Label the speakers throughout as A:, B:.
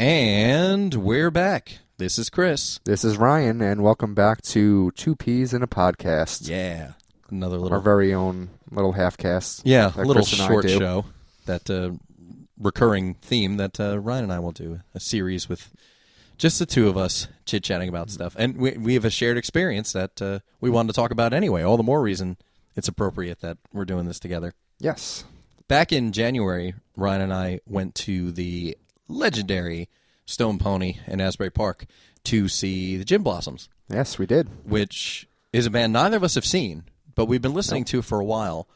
A: And we're back. This is Chris.
B: This is Ryan, and welcome back to Two Peas in a Podcast,
A: Yeah. Another
B: our
A: little
B: very own little half cast.
A: yeah,
B: that
A: little
B: Chris and I
A: short
B: do.
A: show that uh, recurring theme that uh, Ryan and I will do a series with just the two of us chit chatting about stuff, and we we have a shared experience that uh, we wanted to talk about anyway. All the more reason it's appropriate that we're doing this together.
B: Yes.
A: Back in January, Ryan and I went to the legendary Stone Pony in Asbury Park to see the Gin Blossoms.
B: Yes, we did.
A: which is a band neither of us have seen, but we've been listening to for a while.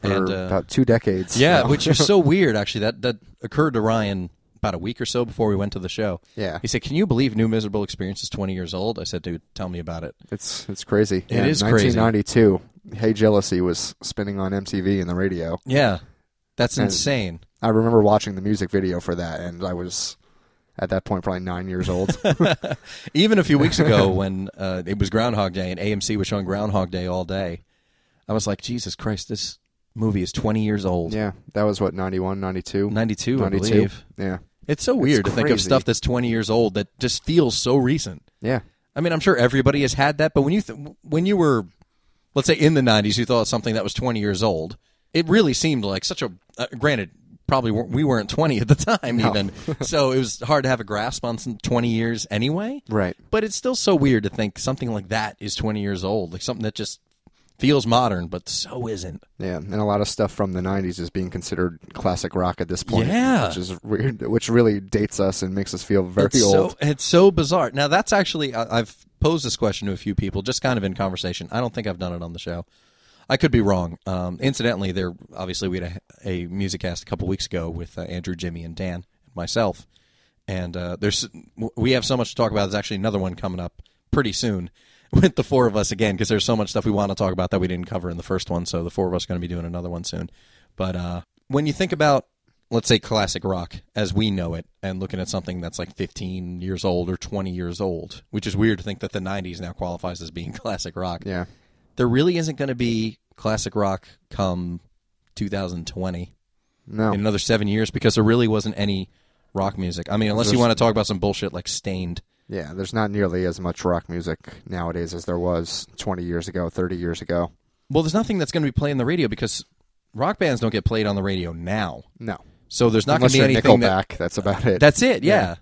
B: For
A: and uh,
B: about two decades.
A: yeah, which is so weird. Actually, that that occurred to Ryan about a week or so before we went to the show.
B: Yeah.
A: he said, "Can you believe New Miserable Experience is 20 years old?" I said, "Dude, tell me about it."
B: It's it's crazy. It
A: is
B: is
A: crazy.
B: 1992, Hey Jealousy was spinning on MTV in the radio.
A: Yeah, that's insane.
B: I remember watching the music video for that, and I was at that point probably nine years old.
A: Even a few weeks ago, when uh, it was Groundhog Day and AMC was showing Groundhog Day all day, I was like, "Jesus Christ, this movie is 20 years old."
B: yeah, that was what 91, 92?
A: 92, I
B: 92.
A: believe.
B: Yeah,
A: It's so weird to think of
B: crazy.
A: stuff that's 20 years old that just feels so recent.
B: yeah.
A: I mean, I'm sure everybody has had that, but when you th- when you were, let's say, in the '90s, you thought something that was 20 years old. It really seemed like such a. Uh, granted, probably weren't, we weren't 20 at the time, even so, it was hard to have a grasp on some 20 years anyway.
B: Right.
A: But it's still so weird to think something like that is 20 years old, like something that just feels modern but so isn't.
B: Yeah, and a lot of stuff from the '90s is being considered classic rock at this point.
A: Yeah.
B: which is weird. Which really dates us and makes us feel very
A: it's
B: old.
A: So, it's so bizarre. Now, that's actually, I, I've posed this question to a few people, just kind of in conversation. I don't think I've done it on the show. I could be wrong. Um, incidentally, there obviously we had a, a music cast a couple weeks ago with uh, Andrew, Jimmy, and Dan, and myself, and uh, there's we have so much to talk about. There's actually another one coming up pretty soon with the four of us again because there's so much stuff we want to talk about that we didn't cover in the first one. So the four of us are going to be doing another one soon. But uh, when you think about let's say classic rock as we know it and looking at something that's like 15 years old or 20 years old which is weird to think that the 90s now qualifies as being classic rock
B: yeah,
A: there really isn't going to be classic rock come 2020
B: no,
A: in another seven years because there really wasn't any rock music. I mean, unless you want to talk about some bullshit like Stained.
B: yeah. There's not nearly as much rock music nowadays as there was 20 years ago, 30 years ago.
A: Well, there's nothing that's going to be played on the radio because rock bands don't get played on the radio now.
B: No,
A: So there's not going
B: unless
A: to be
B: you're
A: anything that,
B: Nickelback, that's about it.
A: that's it. Yeah.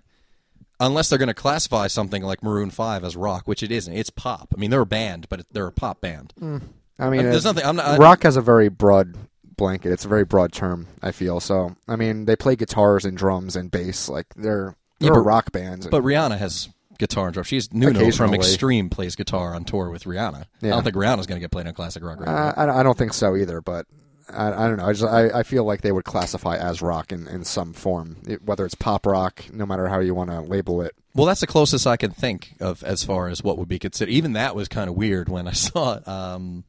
A: Unless they're going to classify something like Maroon Five as rock, which it isn't. It's pop. I mean, they're a band, but it- they're a pop band.
B: I mean,
A: uh, There's
B: it-
A: nothing. I'm not. I-
B: Mm. rock has a very broad blanket. It's a very broad term. I feel so. I mean, they play guitars and drums and bass like they're they're
A: but-
B: a rock bands.
A: But Rihanna has guitar and drum. She's Nuno from
B: Occasionally.
A: Extreme plays guitar on tour with Rihanna. I
B: Yeah.
A: don't think Rihanna's going to get played on classic rock radio.
B: Uh, I, I don't think so either, but I, I don't know. I just I, I feel like they would classify as rock in, in some form, it, whether it's pop rock, no matter how you want to label it.
A: Well, that's the closest I can think of as far as what would be considered. Even that was kind of weird when I saw it. Um,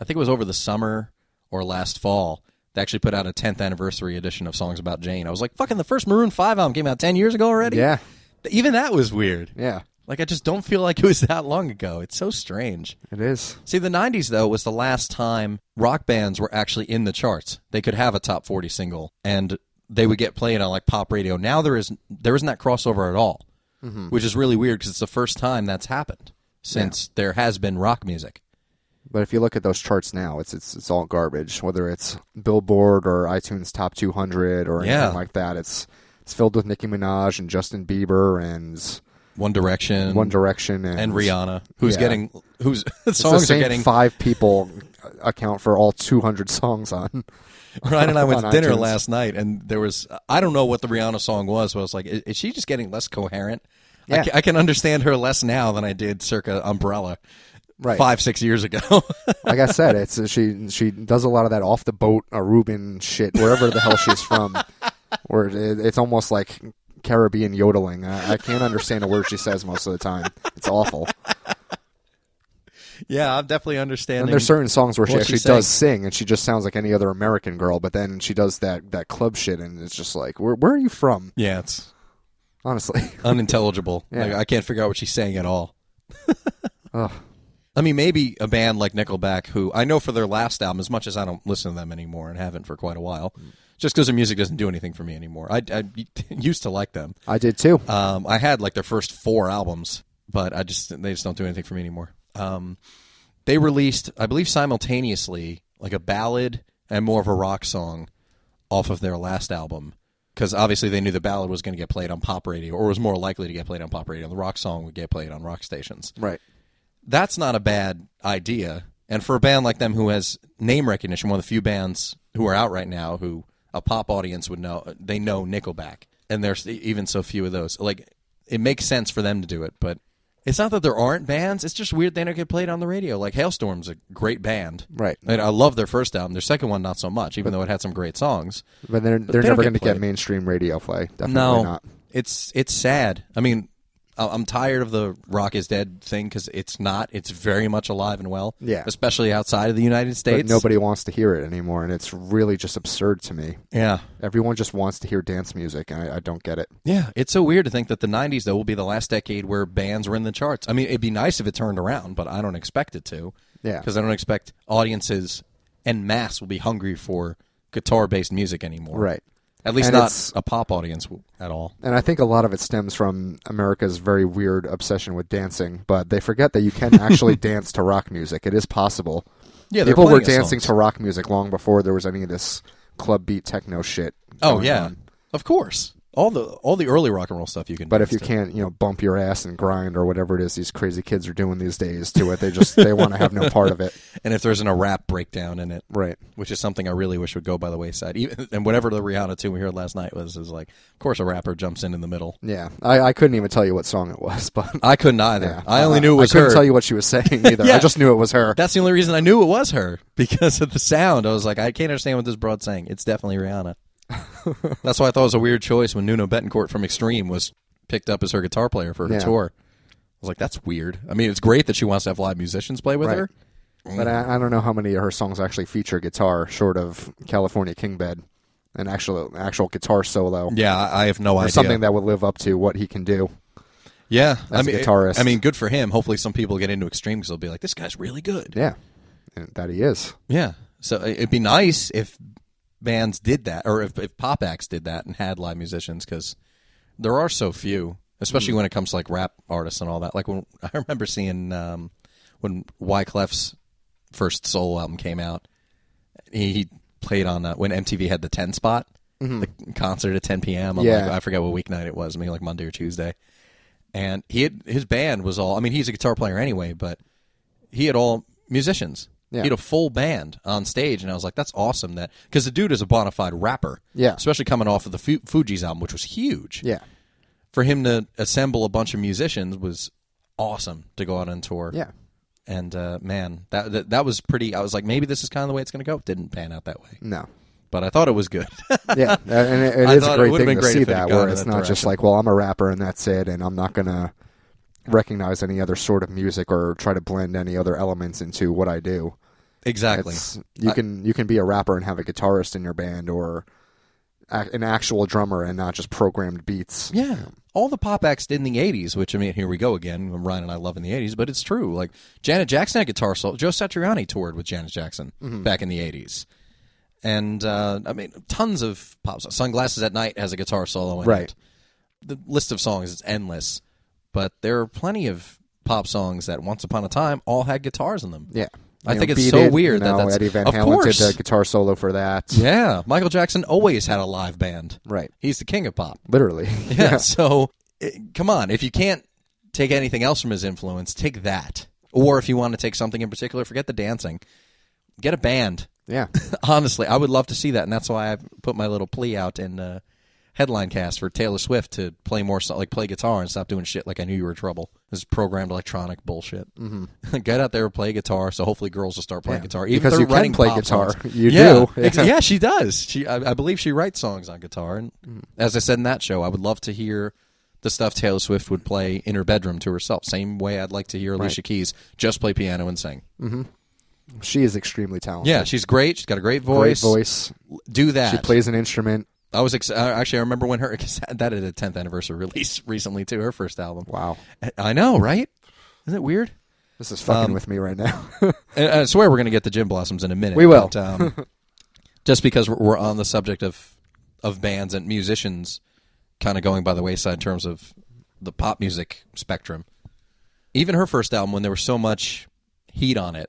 A: I think it was over the summer or last fall. They actually put out a 10th anniversary edition of Songs About Jane. I was like, fucking the first Maroon 5 album came out 10 years ago already?
B: Yeah,
A: Even that was weird.
B: yeah,
A: Like, I just don't feel like it was that long ago. It's so strange.
B: it is.
A: See, the 90s, though, was the last time rock bands were actually in the charts. They could have a top 40 single and they would get played on like pop radio. Now there is there isn't that crossover at all,
B: Mm-hmm.
A: which is really weird because it's the first time that's happened since there has been rock music.
B: But if you look at those charts now, it's it's it's all garbage. Whether it's Billboard or iTunes Top 200 or anything
A: Yeah.
B: like that, it's it's filled with Nicki Minaj and Justin Bieber and
A: One Direction
B: One Direction and,
A: Mm. and Rihanna, who's
B: Yeah.
A: getting whose
B: It's the
A: songs are
B: same
A: getting.
B: five people account for all 200 songs on.
A: Ryan and I went to
B: on
A: dinner
B: iTunes.
A: last night, and there was I don't know what the Rihanna song was, but I was like, is, is she just getting less coherent? I,
B: Yeah.
A: ca- I can understand her less now than I did circa Umbrella,
B: Right.
A: Five six years ago.
B: like I said, it's she she does a lot of that off the boat Aruban shit, wherever the hell she's from. Where it, it's almost like Caribbean yodeling. I, I can't understand a word she says most of the time. It's awful.
A: yeah, I'm definitely understanding.
B: And there's certain songs where she
A: What
B: actually
A: she's
B: does sing, and she just sounds like any other American girl. But then she does that that club shit, and it's just like, where where are you from?
A: yeah, it's
B: Honestly,
A: unintelligible.
B: Yeah.
A: Like, I can't figure out what she's saying at all.
B: Ugh.
A: I mean, maybe a band like Nickelback, who I know for their last album, as much as I don't listen to them anymore and haven't for quite a while, just because their music doesn't do anything for me anymore. I, I used to like them.
B: I did too.
A: Um, I had like their first four albums, but I just they just don't do anything for me anymore. Um, they released, I believe, simultaneously like a ballad and more of a rock song off of their last album because obviously they knew the ballad was going to get played on pop radio or was more likely to get played on pop radio. The rock song would get played on rock stations.
B: Right.
A: That's not a bad idea. And for a band like them who has name recognition, one of the few bands who are out right now who a pop audience would know, they know Nickelback. And there's e-, even so few of those. Like, it makes sense for them to do it, but it's not that there aren't bands. It's just weird they don't get played on the radio. Like, Hailstorm's a great band.
B: Right.
A: And I love their first album. Their second one, not so much, even though it had some great songs.
B: But they're they're
A: they
B: never
A: don't
B: going to
A: get
B: get
A: played.
B: mainstream radio play. Definitely
A: No,
B: not.
A: it's it's sad. I mean, I- I'm tired of the rock is dead thing because it's not. It's very much alive and well.
B: Yeah.
A: especially outside of the United
B: But
A: States.
B: nobody wants to hear it anymore, and it's really just absurd to me.
A: Yeah,
B: Everyone just wants to hear dance music, and I, I don't get it.
A: yeah. It's so weird to think that the '90s though will be the last decade where bands were in the charts. I mean, it'd be nice if it turned around, but I don't expect it to.
B: Yeah.
A: because I don't expect audiences en masse will be hungry for guitar-based music anymore.
B: Right.
A: At least
B: And
A: not
B: it's-
A: a pop audience w- at all.
B: And I think a lot of it stems from America's very weird obsession with dancing, but they forget that you can actually dance to rock music. It is possible.
A: Yeah, they're
B: people were
A: playing us
B: dancing
A: songs.
B: to rock music long before there was any of this club beat techno shit.
A: Oh
B: going
A: yeah,
B: on.
A: of course. All the all the early rock and roll stuff you can.
B: But if
A: dance
B: you
A: to.
B: can't, you know, bump your ass and grind or whatever it is these crazy kids are doing these days to it, they just they want to have no part of it.
A: and if there isn't a rap breakdown in it,
B: Right.
A: which is something I really wish would go by the wayside. Even and whatever the Rihanna tune we heard last night was is like, of course, a rapper jumps in in the middle.
B: Yeah. I, I couldn't even tell you what song it was, but
A: I couldn't either.
B: yeah. Uh,
A: I only knew it was
B: I couldn't
A: her.
B: tell you what she was saying either.
A: Yeah.
B: I just knew it was her.
A: That's the only reason I knew it was her because of the sound. I was like, I can't understand what this broad's saying. It's definitely Rihanna. That's why I thought it was a weird choice when Nuno Betancourt from Extreme was picked up as her guitar player for her
B: Yeah.
A: tour. I was like, that's weird. I mean, it's great that she wants to have live musicians play with
B: Right.
A: her.
B: But I, I don't know how many of her songs actually feature guitar, short of California Kingbed, an actual actual guitar solo,
A: Yeah, I I have no
B: or
A: idea.
B: something that would live up to what he can do.
A: Yeah, I
B: a
A: mean,
B: guitarist.
A: I mean, good for him. Hopefully, some people get into extreme because they'll be like, "This guy's really good."
B: Yeah, and that he is.
A: Yeah. So i- it'd be nice if bands did that, or if, if pop acts did that and had live musicians, because there are so few, especially
B: Mm.
A: when it comes to like rap artists and all that. Like when I remember seeing um, when Wyclef's first solo album came out, he, he played on uh, when MTV had the ten spot. The concert at 10 p.m. on,
B: Mm-hmm. Yeah.
A: like, I forget what weeknight it was. I mean, like Monday or Tuesday. And he had his band was all. I mean, he's a guitar player anyway, but he had all musicians.
B: Yeah.
A: He had a full band on stage, and I was like, "That's awesome!" That because the dude is a bona fide rapper,
B: Yeah.
A: Especially coming off of the Fu- Fugees album, which was huge.
B: Yeah,
A: For him to assemble a bunch of musicians was awesome to go out on tour.
B: yeah.
A: And uh, man, that, that that was pretty. I was like, maybe this is kind of the way it's going to go. It didn't pan out that way,
B: No.
A: but I thought it was good.
B: Yeah, Uh, and it, it
A: I
B: is
A: thought
B: a
A: it
B: great
A: would've been
B: thing to
A: great
B: see
A: if it had
B: that,
A: gone
B: where
A: in
B: it's
A: that
B: not just
A: direction.
B: like, well, I'm a rapper and that's it, and I'm not gonna recognize any other sort of music or try to blend any other elements into what I do.
A: exactly.
B: It's- you can you can be a rapper and have a guitarist in your band or a, an actual drummer and not just programmed beats.
A: Yeah. All the pop acts did in the 80s, which, I mean, here we go again. Ryan and I love in the 80s, but it's true. Like, Janet Jackson had guitar solo. Joe Satriani toured with Janet Jackson
B: Mm-hmm.
A: back in the 80s. And, uh, I mean, tons of pop songs. Sunglasses at Night has a guitar solo in
B: Right.
A: it. The list of songs is endless, but there are plenty of pop songs that once upon a time all had guitars in them.
B: Yeah.
A: I
B: You
A: think it's
B: Beat
A: so
B: It,
A: weird
B: you
A: that
B: know,
A: that's-
B: Eddie Van
A: of
B: Halen
A: course.
B: did the guitar solo for that.
A: Yeah. Michael Jackson always had a live band.
B: Right.
A: He's the king of pop.
B: Literally.
A: Yeah. So, it, come on. If you can't take anything else from his influence, take that. Or if you want to take something in particular, forget the dancing. Get a band.
B: Yeah.
A: Honestly, I would love to see that, and that's why I put my little plea out in uh, headline cast for Taylor Swift to play more, so- like play guitar and stop doing shit. Like I knew you were trouble. This is programmed electronic bullshit. Mm-hmm. Get out there and play guitar. So hopefully, girls will start playing guitar. Even if
B: Because
A: they're
B: you can
A: writing
B: play
A: pop
B: guitar.
A: songs.
B: You
A: yeah,
B: do.
A: ex-
B: Yeah.
A: yeah, she does. She, I, I believe she writes songs on guitar. And
B: Mm-hmm.
A: as I said in that show, I would love to hear the stuff Taylor Swift would play in her bedroom to herself. Same way I'd like to hear Alicia Keys just play piano and sing.
B: She is extremely talented.
A: Yeah, she's great. She's got a great
B: Great
A: voice.
B: voice.
A: Do that.
B: She plays an instrument.
A: I was ex- I- actually I remember when her 'cause that had a 10th anniversary release recently too. Her first album.
B: Wow.
A: I know, right? Isn't it weird?
B: This
A: Um,
B: is fucking with me right now.
A: And I swear we're gonna get to Jim Blossoms in a minute.
B: We will.
A: But, um, just because we're- we're on the subject of of bands and musicians kind of going by the wayside in terms of the pop music spectrum. Even her first album, when there was so much heat on it,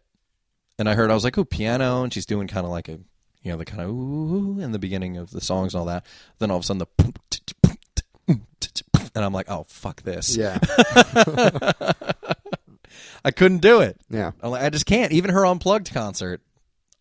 A: and I heard I was like, "Ooh, piano," and she's doing kind of like a, you know, the kind of ooh in the beginning of the songs and all that. Then all of a sudden the, and I'm like, "Oh, fuck this!"
B: Yeah,
A: I couldn't do it.
B: yeah.
A: I'm like, I just can't. Even her unplugged concert,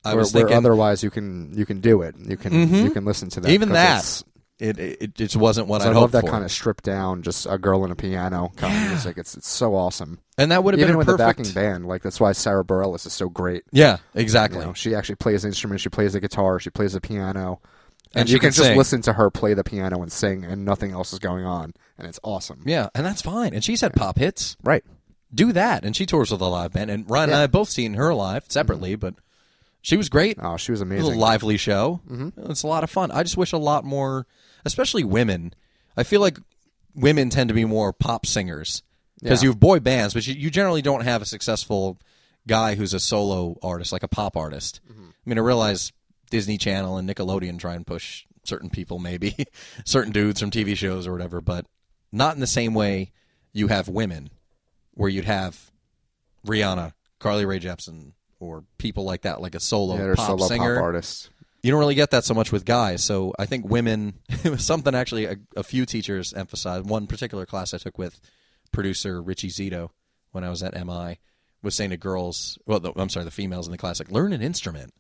A: I
B: where,
A: was
B: where
A: thinking Mm-hmm.
B: otherwise you can you can do it. You can you can listen to that.
A: even
B: 'cause
A: that
B: it's-
A: it, it it just wasn't what
B: I
A: I
B: love
A: hoped
B: that
A: for.
B: kind of stripped down, just a girl and a piano kind of music. It's it's so awesome.
A: and that would have
B: Even
A: been a
B: with the
A: perfect.
B: backing band, like that's why Sarah Bareilles is so great.
A: yeah,
B: You
A: exactly.
B: know, she actually plays instruments. She plays the guitar. She plays the piano. And,
A: And she
B: you can,
A: can
B: just
A: sing.
B: listen to her play the piano and sing, and nothing else is going on, and it's awesome.
A: Yeah, and that's fine. And she's had pop hits.
B: Right.
A: Do that, and she tours with a live band. And Ryan and I have both seen her live separately, but she was great.
B: Oh, she was
A: It was a
B: amazing.
A: lively show. Mm-hmm. It's a lot of fun. I just wish a lot more, especially women. I feel like women tend to be more pop singers because
B: Yeah.
A: you have boy bands, but you, you generally don't have a successful guy who's a solo artist, like a pop artist.
B: Mm-hmm.
A: I mean, I realize Disney Channel and Nickelodeon try and push certain people, maybe certain dudes from TV shows or whatever, but not in the same way you have women, where you'd have Rihanna, Carly Rae Jepsen. Or people like that, like a solo
B: yeah, they're
A: pop
B: solo
A: singer
B: pop artists.
A: you don't really get that so much with guys. So I think women, it was something actually a, a few teachers emphasized. One particular class I took with producer Richie Zito when I was at MI was saying to girls, well, the, I'm sorry, the females in the class, like, learn an instrument.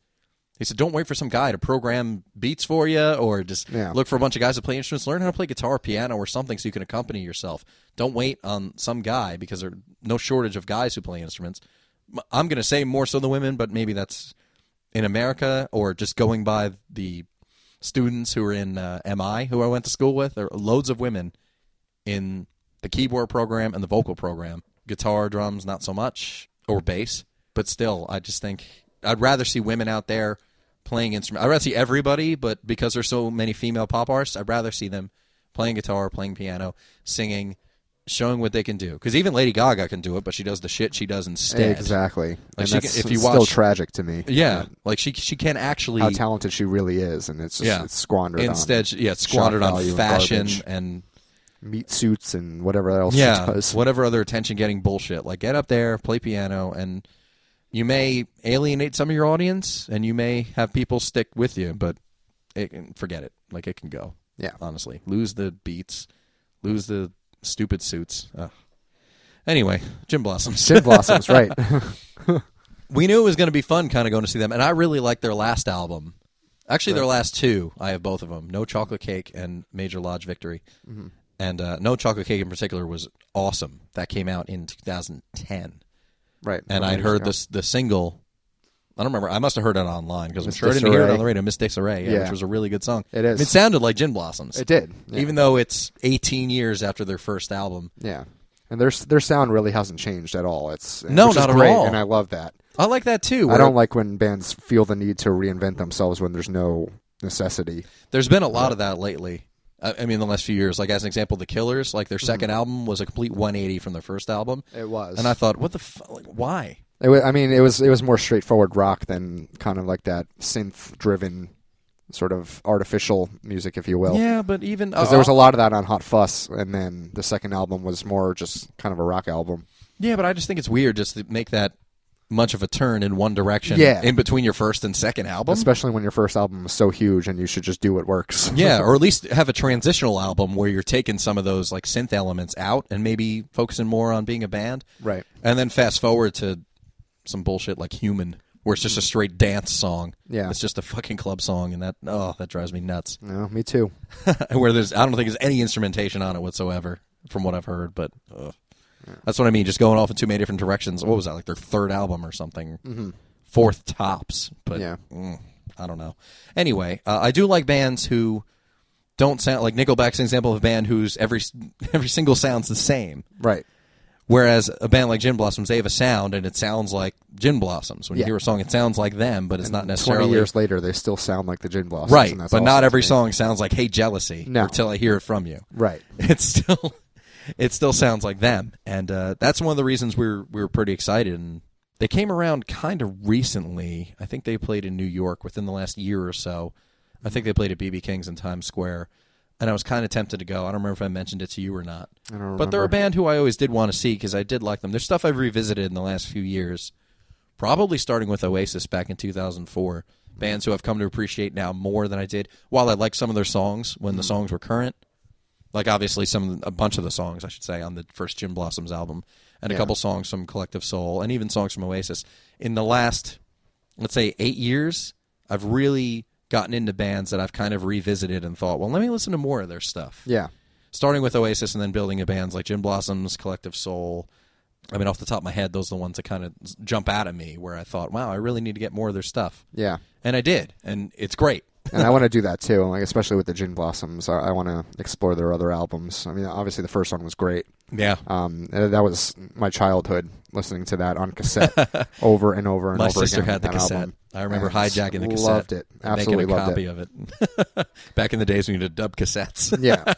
A: He said, don't wait for some guy to program beats for you or just
B: Yeah.
A: look for a bunch of guys to play instruments. Learn how to play guitar, piano, or something so you can accompany yourself. Don't wait on some guy because there are no shortage of guys who play instruments. M- I'm going to say more so than women, but maybe that's in America or just going by the students who are in uh, MI who I went to school with. There are loads of women in the keyboard program and the vocal program. Guitar, drums, not so much, or bass. But still, I just think I'd rather see women out there playing instruments. I'd rather see everybody, but because there's so many female pop artists, I'd rather see them playing guitar, playing piano, singing, showing what they can do. Because even Lady Gaga can do it, but she does the shit she does instead.
B: Exactly. and
A: she
B: that's
A: can- if you
B: still
A: watch-
B: tragic to me.
A: Yeah, like she she can actually
B: How talented she really is, and it's just
A: Yeah.
B: it's squandered
A: instead
B: on
A: she- yeah it's squandered on
B: value and
A: fashion
B: garbage.
A: and
B: meat suits and whatever else she
A: yeah
B: does.
A: whatever other attention getting bullshit like get up there play piano and you may alienate some of your audience and you may have people stick with you but it can forget it like it can go
B: Yeah.
A: honestly lose the beats lose the stupid suits Ugh. anyway jim blossoms
B: Gin blossoms, right?
A: we knew it was going to be fun kind of going to see them and i really liked their last album actually their last two i have both of them no chocolate cake and major lodge victory
B: Mm-hmm.
A: and uh, no chocolate cake in particular was awesome that came out in 2010
B: right.
A: and i'd heard this the single i don't remember i must have heard it online because i'm
B: Miss
A: sure i didn't hear it
B: Disarray.
A: on the radio miss disarray yeah,
B: Yeah.
A: which was a really good song
B: It is.
A: it sounded like gin blossoms
B: It did. Yeah.
A: even though it's 18 years after their first album
B: Yeah, and their their sound really hasn't changed at all. It's
A: No,
B: which is
A: not at
B: great,
A: all.
B: and I love that.
A: i like that too
B: I
A: where-
B: don't like when bands feel the need to reinvent themselves when there's no necessity.
A: There's been a lot of that lately. I, I mean, the last few years. Like as an example, the Killers, like their
B: Mm-hmm.
A: 2nd album was a complete 180 from their first album,
B: It was,
A: and I thought, what the f- like, why?
B: It wa- I mean, it was it was more straightforward rock than kind of like that synth driven sort of artificial music, if you will.
A: Yeah, Uh-huh. but even uh,
B: Because there was a lot of that on Hot Fuss, and then the second album was more just kind of a rock album.
A: yeah, but I just think it's weird just to make that much of a turn in one direction.
B: Yeah.
A: in between your first and second album.
B: Especially when your first album was so huge, and you should just do what works.
A: yeah, or at least have a transitional album where you're taking some of those like synth elements out and maybe focusing more on being a band.
B: Right.
A: And then fast forward to some bullshit like Human, where it's just a straight dance song.
B: Yeah.
A: It's just a fucking club song, and that oh, that drives me nuts.
B: No, me too.
A: where there's I don't think there's any instrumentation on it whatsoever, from what I've heard. But ugh. that's what I mean. Just going off in too many different directions. What was that like their third album or something? Fourth tops. But
B: Mm-hmm. Yeah.
A: mm, I don't know. Anyway, uh, I do like bands who don't sound like Nickelback's an example of a band whose every every single sounds the same.
B: Right.
A: Whereas a band like Gin Blossoms, they have a sound and it sounds like Gin Blossoms. When
B: Yeah.
A: you hear a song, it sounds like them, but it's not necessarily
B: Twenty years later, they still sound like the Gin Blossoms.
A: right.
B: and
A: But
B: that's awesome
A: not
B: to
A: every
B: me.
A: song sounds like "Hey Jealousy"
B: No.
A: until I hear it from you.
B: Right.
A: It still, it still sounds like them, and uh, that's one of the reasons we were we were pretty excited. And They came around kind of recently. I think they played in New York within the last year or so. I think they played at BB King's in Times Square, and I was kind of tempted to go. I don't remember if I mentioned it to you or not.
B: I don't
A: But they're a
B: remember.
A: band who I always did want to see because I did like them. There's stuff I've revisited in the last few years, probably starting with Oasis back in 2004. Bands who I've come to appreciate now more than I did. While I like some of their songs when the songs were current, like obviously some of the- a bunch of the songs I should say on the first Jim Blossoms album, and a
B: Yeah.
A: couple songs from Collective Soul, and even songs from Oasis. In the last, let's say, eight years, I've really gotten into bands that I've kind of revisited and thought, well, let me listen to more of their stuff
B: Yeah.
A: starting with Oasis and then building a bands like Jim Blossoms, Collective Soul. I mean, off the top of my head, those are the ones that kind of jump out at me where I thought, wow, I really need to get more of their stuff.
B: Yeah.
A: And I did. And it's great.
B: and I want to do that too. Like especially with the Gin Blossoms, I, I want to explore their other albums. I mean, obviously the first one was great.
A: Yeah.
B: Um, uh, that was my childhood listening to that on cassette over and over and
A: My
B: over
A: sister
B: again.
A: had the
B: that
A: cassette.
B: album.
A: I remember
B: And
A: hijacking the cassette.
B: Loved it.
A: and
B: Absolutely
A: making a
B: loved
A: copy
B: it.
A: of it. Back in the days when you did dub cassettes.
B: yeah.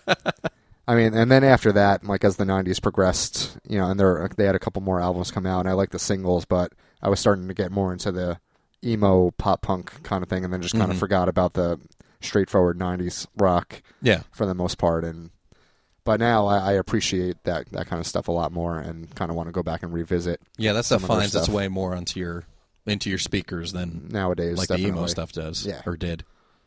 B: I mean, and then after that, like as the '90s progressed, you know, and there they had a couple more albums come out, and I liked the singles, but I was starting to get more into the emo pop punk kind of thing, and then just kind
A: Mhm.
B: of forgot about the straightforward '90s rock
A: yeah.
B: for the most part. And but now I, I appreciate that that kind of stuff a lot more, and kind of want to go back and revisit
A: Yeah, that stuff
B: Some of their
A: finds its
B: stuff.
A: way more onto your into your speakers than
B: nowadays.
A: Mm. like
B: definitely.
A: the emo stuff does
B: Yeah.
A: or did.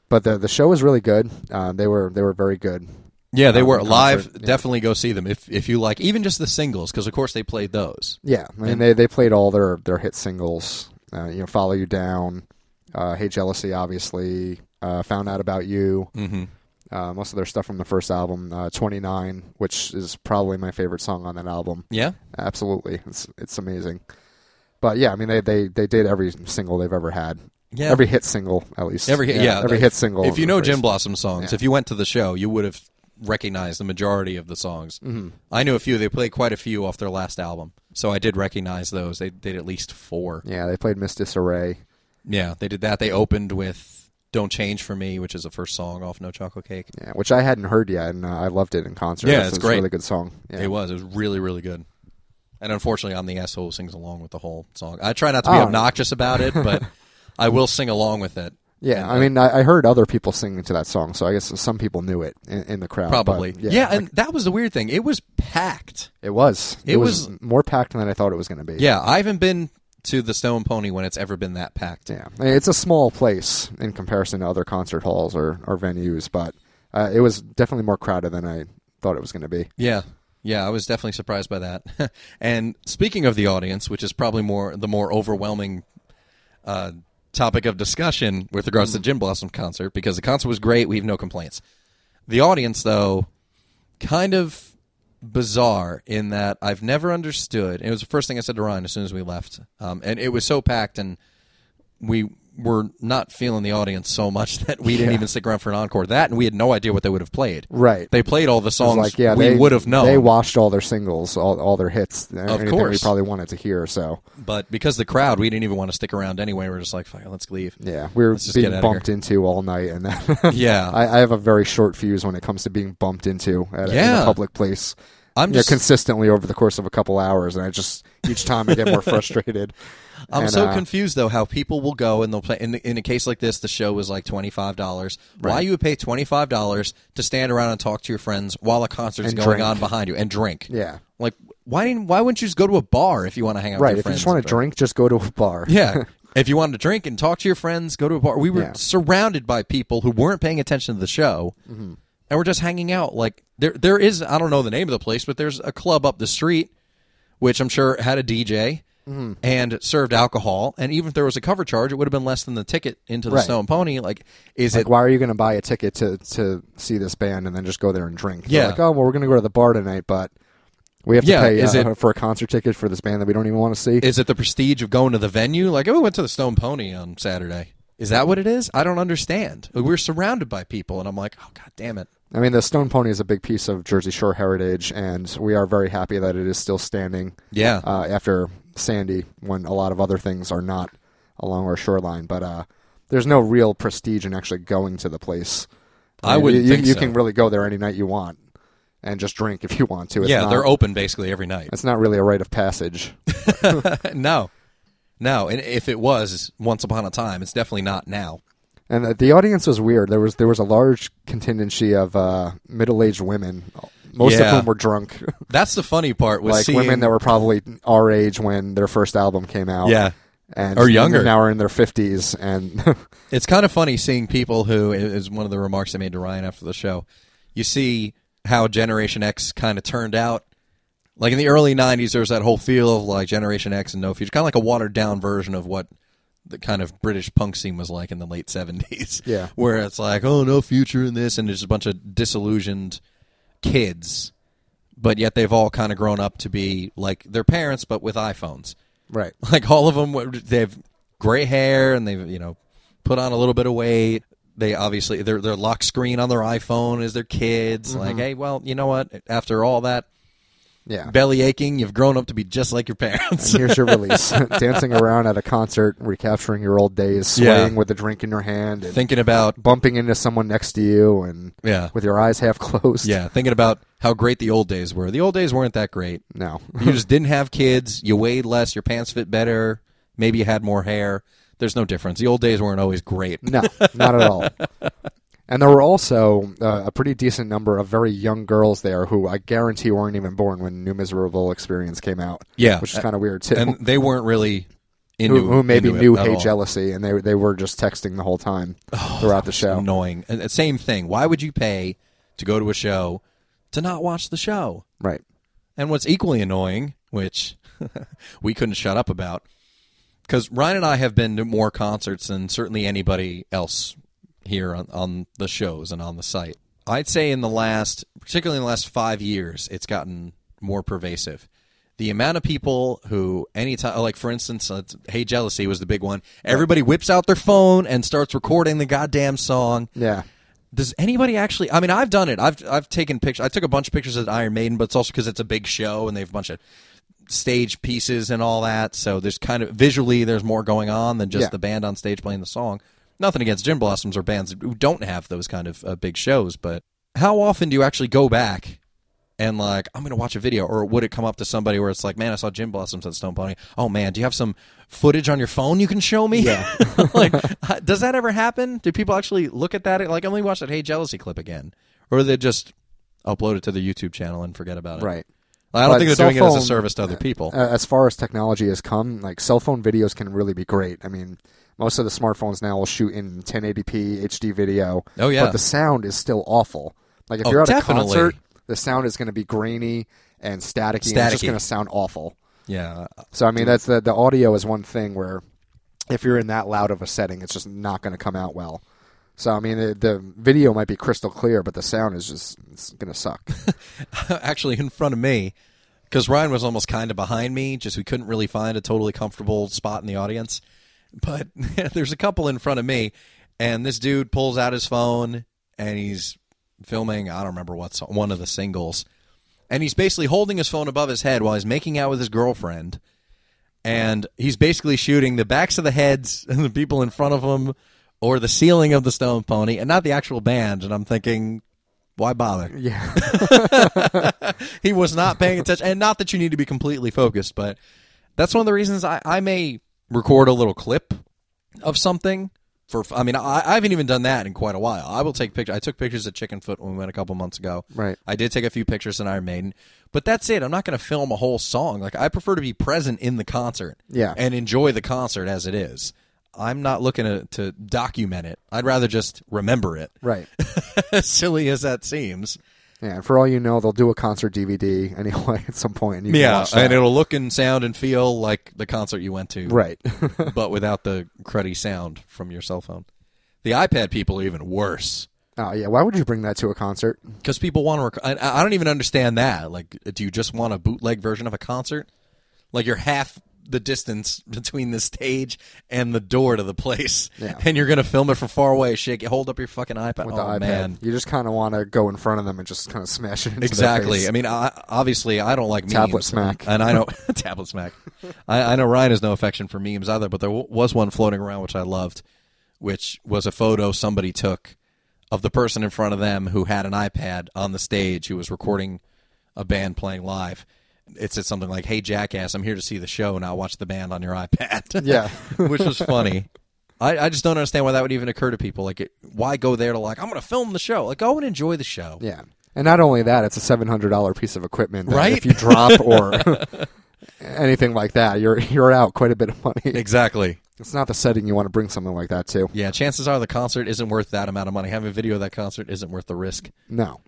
B: But the the show was really good. Uh, they were they were very good.
A: Yeah, they
B: Um,
A: were
B: concert,
A: live.
B: yeah.
A: Definitely go see them if if you like even just the singles because of course they played those.
B: Yeah, I mean
A: And-
B: they, they played all their their hit singles. Uh, you know, follow you down. Uh, hey, jealousy, obviously. Uh, found out about you.
A: Mm-hmm.
B: Uh, most of their stuff from the first album, uh, twenty nine, which is probably my favorite song on that album.
A: Yeah.
B: Absolutely, it's it's amazing. But yeah, I mean they, they, they did every single they've ever had.
A: Yeah.
B: Every hit single, at least.
A: Every hit- yeah,
B: every
A: that-
B: hit single.
A: if you know Jim Blossom songs,
B: Yeah.
A: if you went to the show, you would have recognized the majority of the songs.
B: hmm
A: I knew a few. They played quite a few off their last album, so I did recognize those. They did at least four.
B: Yeah, they played Miss Disarray.
A: Yeah, they did that. They opened with "Don't Change for Me," which is the first song off No Chocolate Cake.
B: Yeah, which I hadn't heard yet, and uh, I loved it in concert.
A: Yeah,
B: That's-
A: it's
B: that's
A: great.
B: A really good song. Yeah.
A: It was. It was really, really good. And unfortunately, I'm the asshole who sings along with the whole song. I try not to be
B: Oh.
A: obnoxious about it, but I will sing along with it.
B: Yeah,
A: And,
B: I mean, I, I heard other people singing to that song, so I guess some people knew it in, in the crowd. but
A: Probably.
B: yeah,
A: yeah, and that was the weird thing. It was packed.
B: it was.
A: It
B: It, was,
A: was-
B: more packed than I thought it was going to be.
A: Yeah, I haven't been to the Stone Pony when it's ever been that packed.
B: yeah. I mean, it's a small place in comparison to other concert halls or, or venues, but uh, it was definitely more crowded than I thought it was going to be.
A: Yeah. Yeah, I was definitely surprised by that. and speaking of the audience, which is probably more the more overwhelming uh, topic of discussion with regards to the Jim Blossom concert, because the concert was great, we have no complaints. The audience, though, kind of bizarre in that I've never understood. It was the first thing I said to Ryan as soon as we left, um, and it was so packed, and we were not feeling the audience so much that we didn't
B: Yeah.
A: even stick around for an encore. That, and we had no idea what they would have played.
B: Right.
A: They played all the
B: It was
A: songs
B: like, yeah,
A: we
B: they
A: would have known,
B: They watched all their singles, all, all their hits, anything we
A: course.
B: probably wanted to hear. So
A: but because the crowd, we didn't even want to stick around anyway. We are just like, "Fuck, it, let's leave."
B: yeah, we were
A: Let's just get
B: being
A: outta here.
B: bumped into all night, and
A: Yeah,
B: I, I have a very short fuse when it comes to being bumped into at a, in
A: Yeah.
B: a public place.
A: I'm
B: you know,
A: just,
B: consistently over the course of a couple hours, and I just each time I get more frustrated.
A: I'm
B: And,
A: so
B: uh,
A: confused though how people will go and they'll play. In, the, in a case like this, the show was like twenty five dollars. Why you would pay twenty five dollars to stand around and talk to your friends while a concert's
B: And
A: going
B: drink.
A: on behind you and drink?
B: Yeah,
A: Like, why didn't why wouldn't you just go to a bar if you want to hang out
B: right.
A: with
B: If
A: your
B: you
A: friends?
B: just want
A: and
B: to drink, just go to a bar.
A: Yeah. if you wanted to drink and talk to your friends, go to a bar. We were
B: Yeah.
A: surrounded by people who weren't paying attention to the show
B: Mm-hmm.
A: and we're just hanging out. Like there there is I don't know the name of the place, but there's a club up the street which I'm sure had a DJ
B: Mm-hmm.
A: and served alcohol. And even if there was a cover charge, it would have been less than the ticket into the
B: Right.
A: Stone Pony. Like is
B: Like,
A: it
B: why are you going to buy a ticket to to see this band and then just go there and drink? They're
A: Yeah.
B: Like, oh well, we're going to go to the bar tonight, but we have to
A: Yeah,
B: pay
A: is
B: uh,
A: it-
B: for a concert ticket for this band that we don't even want to see.
A: is it the prestige of going to the venue? Like, oh, we went to the Stone Pony on Saturday. Is that what it is? I don't understand. We're surrounded by people, and I'm like, oh god damn it.
B: I mean, the Stone Pony is a big piece of Jersey Shore heritage, and we are very happy that it is still standing.
A: Yeah.
B: uh, after Sandy when a lot of other things are not along our shoreline. But uh, there's no real prestige in actually going to the place.
A: I
B: mean,
A: wouldn't
B: you,
A: think
B: you
A: so.
B: can really go there any night you want and just drink if you want to. It's
A: yeah,
B: not,
A: they're open basically every night.
B: It's not really a rite of passage.
A: no. No, and if it was once upon a time, it's definitely not now.
B: And the, the audience was weird. There was there was a large contingency of uh, middle aged women, most
A: Yeah.
B: of whom were drunk,
A: That's the funny part with
B: like
A: seeing
B: women that were probably our age when their first album came out.
A: Yeah.
B: and
A: Or younger.
B: Now are in their fifties, and
A: It's kind of funny seeing people who it is one of the remarks I made to Ryan after the show. You see how Generation X kind of turned out. Like in the early '90s, there was that whole feel of like Generation X and No Future, kind of like a watered down version of what the kind of British punk scene was like in the late '70s.
B: Yeah.
A: where it's like, oh, no future in this, and there's a bunch of disillusioned kids, but yet they've all kind of grown up to be like their parents, but with iPhones
B: right.
A: like all of them they've gray hair and they've you know put on a little bit of weight they obviously their their lock screen on their iphone is their kids
B: Mm-hmm.
A: like hey well you know what after all that
B: Yeah.
A: belly aching you've grown up to be just like your parents
B: Here's your release. Dancing around at a concert, recapturing your old days,
A: Yeah.
B: swaying with a drink in your hand, and
A: thinking about
B: bumping into someone next to you, and
A: yeah
B: with your eyes half closed.
A: yeah thinking about how great the old days were the old days weren't that great
B: No.
A: you just didn't have kids you weighed less your pants fit better maybe you had more hair there's no difference the old days weren't always great
B: No, not at all. And there were also uh, a pretty decent number of very young girls there who I guarantee weren't even born when New Miserable Experience came out.
A: Yeah.
B: which is kind of weird too.
A: and they weren't really into
B: who, who maybe
A: into it
B: knew
A: at
B: Hey
A: all. Oh,
B: Jealousy, and they they were just texting the whole time throughout the show.
A: annoying. And, and same thing. Why would you pay to go to a show to not watch the show?
B: Right.
A: And what's equally annoying, which we couldn't shut up about, because Ryan and I have been to more concerts than certainly anybody else here on, on the shows and on the site. I'd say in the last, particularly in the last five years, it's gotten more pervasive. The amount of people who, anytime, like for instance, uh, Hey Jealousy was the big one. Everybody whips out their phone and starts recording the goddamn song
B: Yeah.
A: does anybody actually i mean i've done it i've i've taken pictures i took a bunch of pictures at iron maiden but it's also because it's a big show and they have a bunch of stage pieces and all that so there's kind of visually there's more going on than just
B: Yeah.
A: the band on stage playing the song nothing against gin blossoms or bands who don't have those kind of uh, big shows but how often do you actually go back and like i'm gonna watch a video or would it come up to somebody where it's like man i saw gin blossoms at stone pony oh man do you have some footage on your phone you can show me
B: Yeah.
A: like, uh, does that ever happen? Do people actually look at that? Like, I only watch that Hey Jealousy clip again, or they just upload it to their YouTube channel and forget about it?
B: Right.
A: I don't
B: But
A: think they're
B: cell
A: doing it as
B: phone-
A: a service to other people.
B: Uh, as far as technology has come, like cell phone videos can really be great. I mean, most of the smartphones now will shoot in 1080p HD video.
A: Oh, yeah.
B: but the sound is still awful. Like if
A: Oh,
B: you're at
A: definitely.
B: a concert, the sound is going to be grainy and staticky. And it's just
A: Staticky.
B: going to sound awful.
A: yeah,
B: So I mean,
A: Hmm.
B: that's the the audio is one thing where if you're in that loud of a setting, it's just not going to come out well. So I mean, the, the video might be crystal clear, but the sound is just it's going to suck.
A: actually, in front of me, because Ryan was almost kind of behind me. Just we couldn't really find a totally comfortable spot in the audience. But there's a couple in front of me, and this dude pulls out his phone and he's filming. I don't remember what's one of the singles, and he's basically holding his phone above his head while he's making out with his girlfriend. and he's basically shooting the backs of the heads and the people in front of him or the ceiling of the stone pony and not the actual band and i'm thinking why bother
B: Yeah.
A: he was not paying attention and not that you need to be completely focused but that's one of the reasons i, I may record a little clip of something for i mean I, I haven't even done that in quite a while i will take pictures i took pictures at chickenfoot when we went a couple months ago
B: Right.
A: I did take a few pictures in Iron Maiden, but that's it. I'm not going to film a whole song. Like I prefer to be present in the concert,
B: Yeah.
A: and enjoy the concert as it is. I'm not looking to, to document it. I'd rather just remember it.
B: right.
A: as silly as that seems,
B: Yeah, and for all you know, they'll do a concert DVD anyway at some point, and you can
A: yeah,
B: watch that.
A: and it'll look and sound and feel like the concert you went to,
B: right.
A: but without the cruddy sound from your cell phone. The iPad people are even worse.
B: oh yeah, why would you bring that to a concert?
A: because people want to. Rec- I- I, I don't even understand that. Like, do you just want a bootleg version of a concert? Like, you're half the distance between the stage and the door to the place,
B: Yeah.
A: and you're gonna film it from far away. Shake, it, hold up your fucking iPad.
B: With
A: oh
B: the iPad,
A: man,
B: you just kind of want to go in front of them and just kind of smash it into
A: exactly. I
B: Their face.
A: mean, I, obviously, I don't like
B: Tablet
A: memes.
B: smack.
A: and I know tablet smack. I, I know Ryan has no affection for memes either, but there w- was one floating around which I loved, which was a photo somebody took of the person in front of them who had an iPad on the stage who was recording a band playing live, it said something like, "Hey jackass, I'm here to see the show, and I'll watch the band on your iPad."
B: Yeah.
A: which was funny. I, I just don't understand why that would even occur to people. Like, it, why go there to like? I'm going to film the show. Like, go and enjoy the show.
B: Yeah. And not only that, it's a seven hundred dollar piece of equipment. that
A: Right?
B: If you drop or anything like that, you're you're out quite a bit of money.
A: Exactly.
B: It's not the setting you want to bring something like that to.
A: Yeah. Chances are the concert isn't worth that amount of money. Having video of that concert isn't worth the risk.
B: No.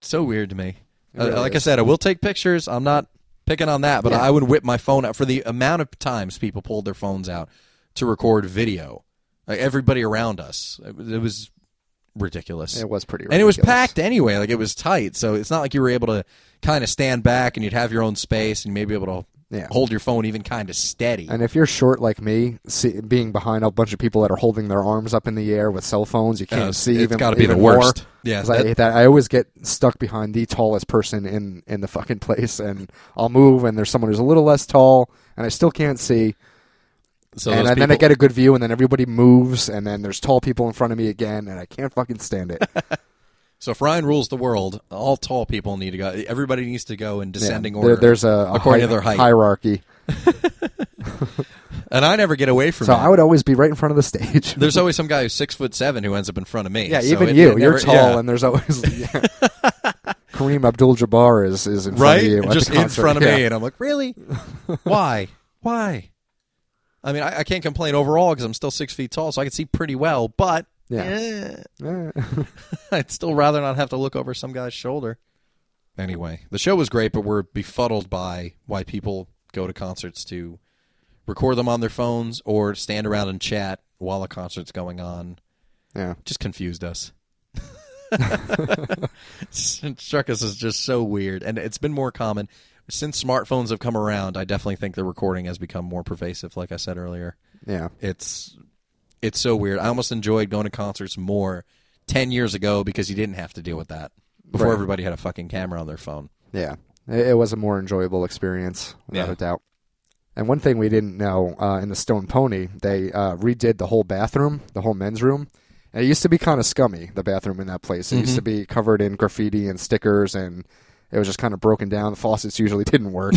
A: So weird to me.
B: It really
A: uh, like I
B: is.
A: said, I will take pictures. I'm not picking on that, but
B: Yeah.
A: I would whip my phone out for the amount of times people pulled their phones out to record video. Like everybody around us, it, was- it was ridiculous.
B: It was pretty
A: and it was
B: ridiculous.
A: packed anyway. Like it was tight, so it's not like you were able to kind of stand back and you'd have your own space and maybe able to
B: Yeah.
A: hold your phone even kind of steady.
B: And if you're short like me, see, being behind a bunch of people that are holding their arms up in the air with cell phones, you can't
A: it's-
B: see.
A: it's
B: even
A: gotta be
B: even
A: the
B: more,
A: worst. Yeah,
B: 'cause I
A: that-
B: hate that. I always get stuck behind the tallest person in in the fucking place, and I'll move, and there's someone who's a little less tall, and I still can't see.
A: so
B: and
A: those
B: I- then I
A: people-
B: get a good view, and then everybody moves, and then there's tall people in front of me again, and I can't fucking stand it.
A: so if Ryan rules the world, all tall people need to go. Everybody needs to go in
B: Yeah.
A: descending
B: There-
A: order.
B: there's a, a
A: according to
B: hi-
A: their height.
B: hierarchy,
A: and I never get away from
B: so
A: that.
B: I would always be right in front of the stage.
A: There's always some guy who's six foot seven who ends up in front of me.
B: Yeah,
A: So
B: even
A: it-
B: you.
A: it
B: You're
A: never-
B: tall,
A: yeah.
B: and there's always yeah. Kareem Abdul-Jabbar is is in front
A: right,
B: of you, at
A: just
B: the
A: in
B: concert.
A: front of
B: Yeah.
A: me, and I'm like, really? Why? Why? I mean, I, I can't complain overall because I'm still six feet tall, so I can see pretty well. But eh,
B: Yeah.
A: I'd still rather not have to look over some guy's shoulder. Anyway, the show was great, but we're befuddled by why people go to concerts to record them on their phones or stand around and chat while a concert's going on.
B: yeah.
A: just confused us. It struck us as just so weird, and it's been more common since smartphones have come around. I definitely think the recording has become more pervasive. Like I said earlier,
B: Yeah.
A: it's it's so weird. I almost enjoyed going to concerts more ten years ago because you didn't have to deal with that before
B: Right.
A: everybody had a fucking camera on their phone.
B: Yeah. It, it was a more enjoyable experience, without
A: Yeah.
B: a doubt. And one thing we didn't know uh, in the Stone Pony, they uh, redid the whole bathroom, the whole men's room. And it used to be kind of scummy, the bathroom in that place. It used to
A: Mm-hmm.
B: be covered in graffiti and stickers, and it was just kind of broken down. The faucets usually didn't work,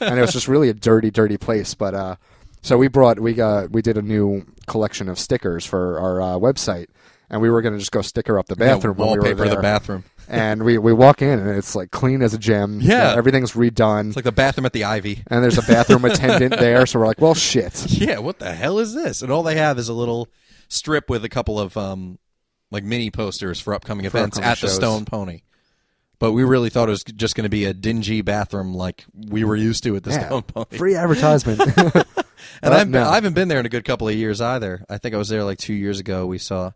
B: and it was just really a dirty, dirty place. But uh, so we brought we got we did a new collection of stickers for our uh, website, and we were going to just go sticker up the bathroom.
A: yeah,
B: when we were
A: wallpaper, the
B: there
A: bathroom.
B: and we, we walk in and it's like clean as a gem.
A: Yeah.
B: everything's redone.
A: It's like the bathroom at the Ivy.
B: and there's a bathroom attendant there, so we're like, well, shit.
A: Yeah, what the hell is this? And all they have is a little strip with a couple of um, like mini posters for upcoming events
B: upcoming
A: at the
B: shows.
A: Stone Pony. But we really thought it was just going to be a dingy bathroom like we were used to at the
B: Yeah,
A: Stone Pony.
B: free advertisement.
A: and
B: but
A: I've,
B: no.
A: I haven't been there in a good couple of years either. I think I was there like two years ago. We saw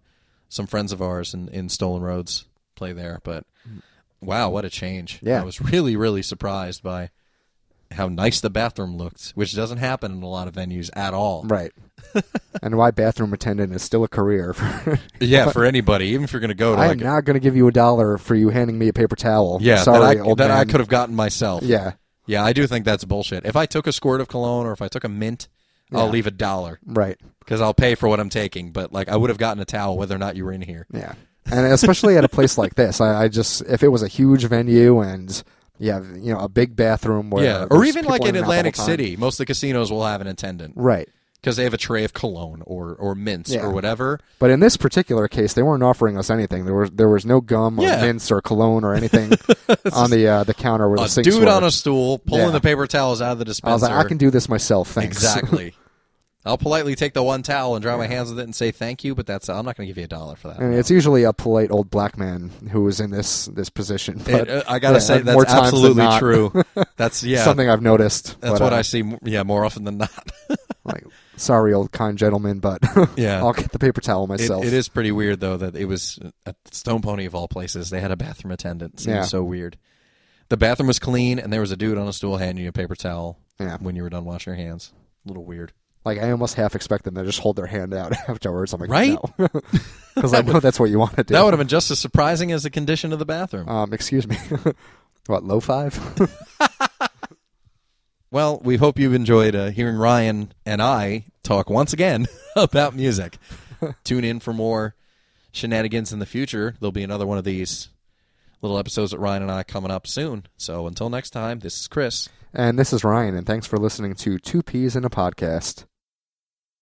A: some friends of ours in, in Stolen Roads play there. But wow, what a change.
B: Yeah.
A: I was really, really surprised by how nice the bathroom looked, which doesn't happen in a lot of venues at all.
B: right. And why bathroom attendant is still a career.
A: Yeah, for anybody, even if you're going to go to
B: I am
A: like, a-
B: not going to give you a dollar for you handing me a paper towel.
A: yeah, that
B: sorry,
A: I,
B: old
A: that
B: man.
A: I could have gotten myself.
B: Yeah,
A: yeah, I do think that's bullshit. If I took a squirt of cologne or if I took a mint, I'll leave a dollar
B: right.
A: because I'll pay for what I'm taking. But like, I would have gotten a towel whether or not you were in here.
B: Yeah, and especially at a place like this, I, I just if it was a huge venue and you have you know a big bathroom where
A: Yeah, or
B: uh, there's
A: even
B: people
A: like in
B: and out the whole
A: Atlantic
B: time.
A: City, most of the casinos will have an attendant
B: right?
A: because they have a tray of cologne or or mints
B: Yeah.
A: or whatever.
B: But in this particular case, they weren't offering us anything. There was there was no gum or
A: Yeah.
B: mints or cologne or anything on the uh, the counter where the
A: A
B: sinks
A: dude
B: were.
A: on a stool pulling
B: Yeah.
A: the paper towels out of the
B: I
A: dispenser.
B: was like, I can do this myself. Thanks.
A: exactly. I'll politely take the one towel and dry my hands with it and say thank you, but that's I'm not going to give you a dollar for that.
B: And it's usually a polite old black man who was in this this position.
A: It,
B: But
A: uh, I gotta
B: yeah,
A: say
B: more
A: that's
B: times than
A: absolutely
B: not,
A: true. That's yeah.
B: Something I've noticed.
A: that's
B: but,
A: what
B: uh,
A: I see. m- Yeah, more often than not.
B: like. Sorry, old kind gentleman, but
A: Yeah.
B: I'll get the paper towel
A: It,
B: myself.
A: it is pretty weird though that it was at Stone Pony of all places. They had a bathroom attendant. Seemed
B: Yeah.
A: so weird. The bathroom was clean, and there was a dude on a stool handing you a paper towel
B: Yeah.
A: when you were done washing your hands. A little weird.
B: Like I almost half expect them to just hold their hand out afterwards. I'm like,
A: Right?
B: because I know that's what you want to do.
A: That would have been just as surprising as the condition of the bathroom.
B: um, excuse me. what low five?
A: Well, we hope you've enjoyed uh, hearing Ryan and I talk once again about music. Tune in for more shenanigans in the future. There'll be another one of these little episodes with Ryan and I coming up soon. So until next time, this is Chris.
B: And this is Ryan, and thanks for listening to Two Peas in a Podcast.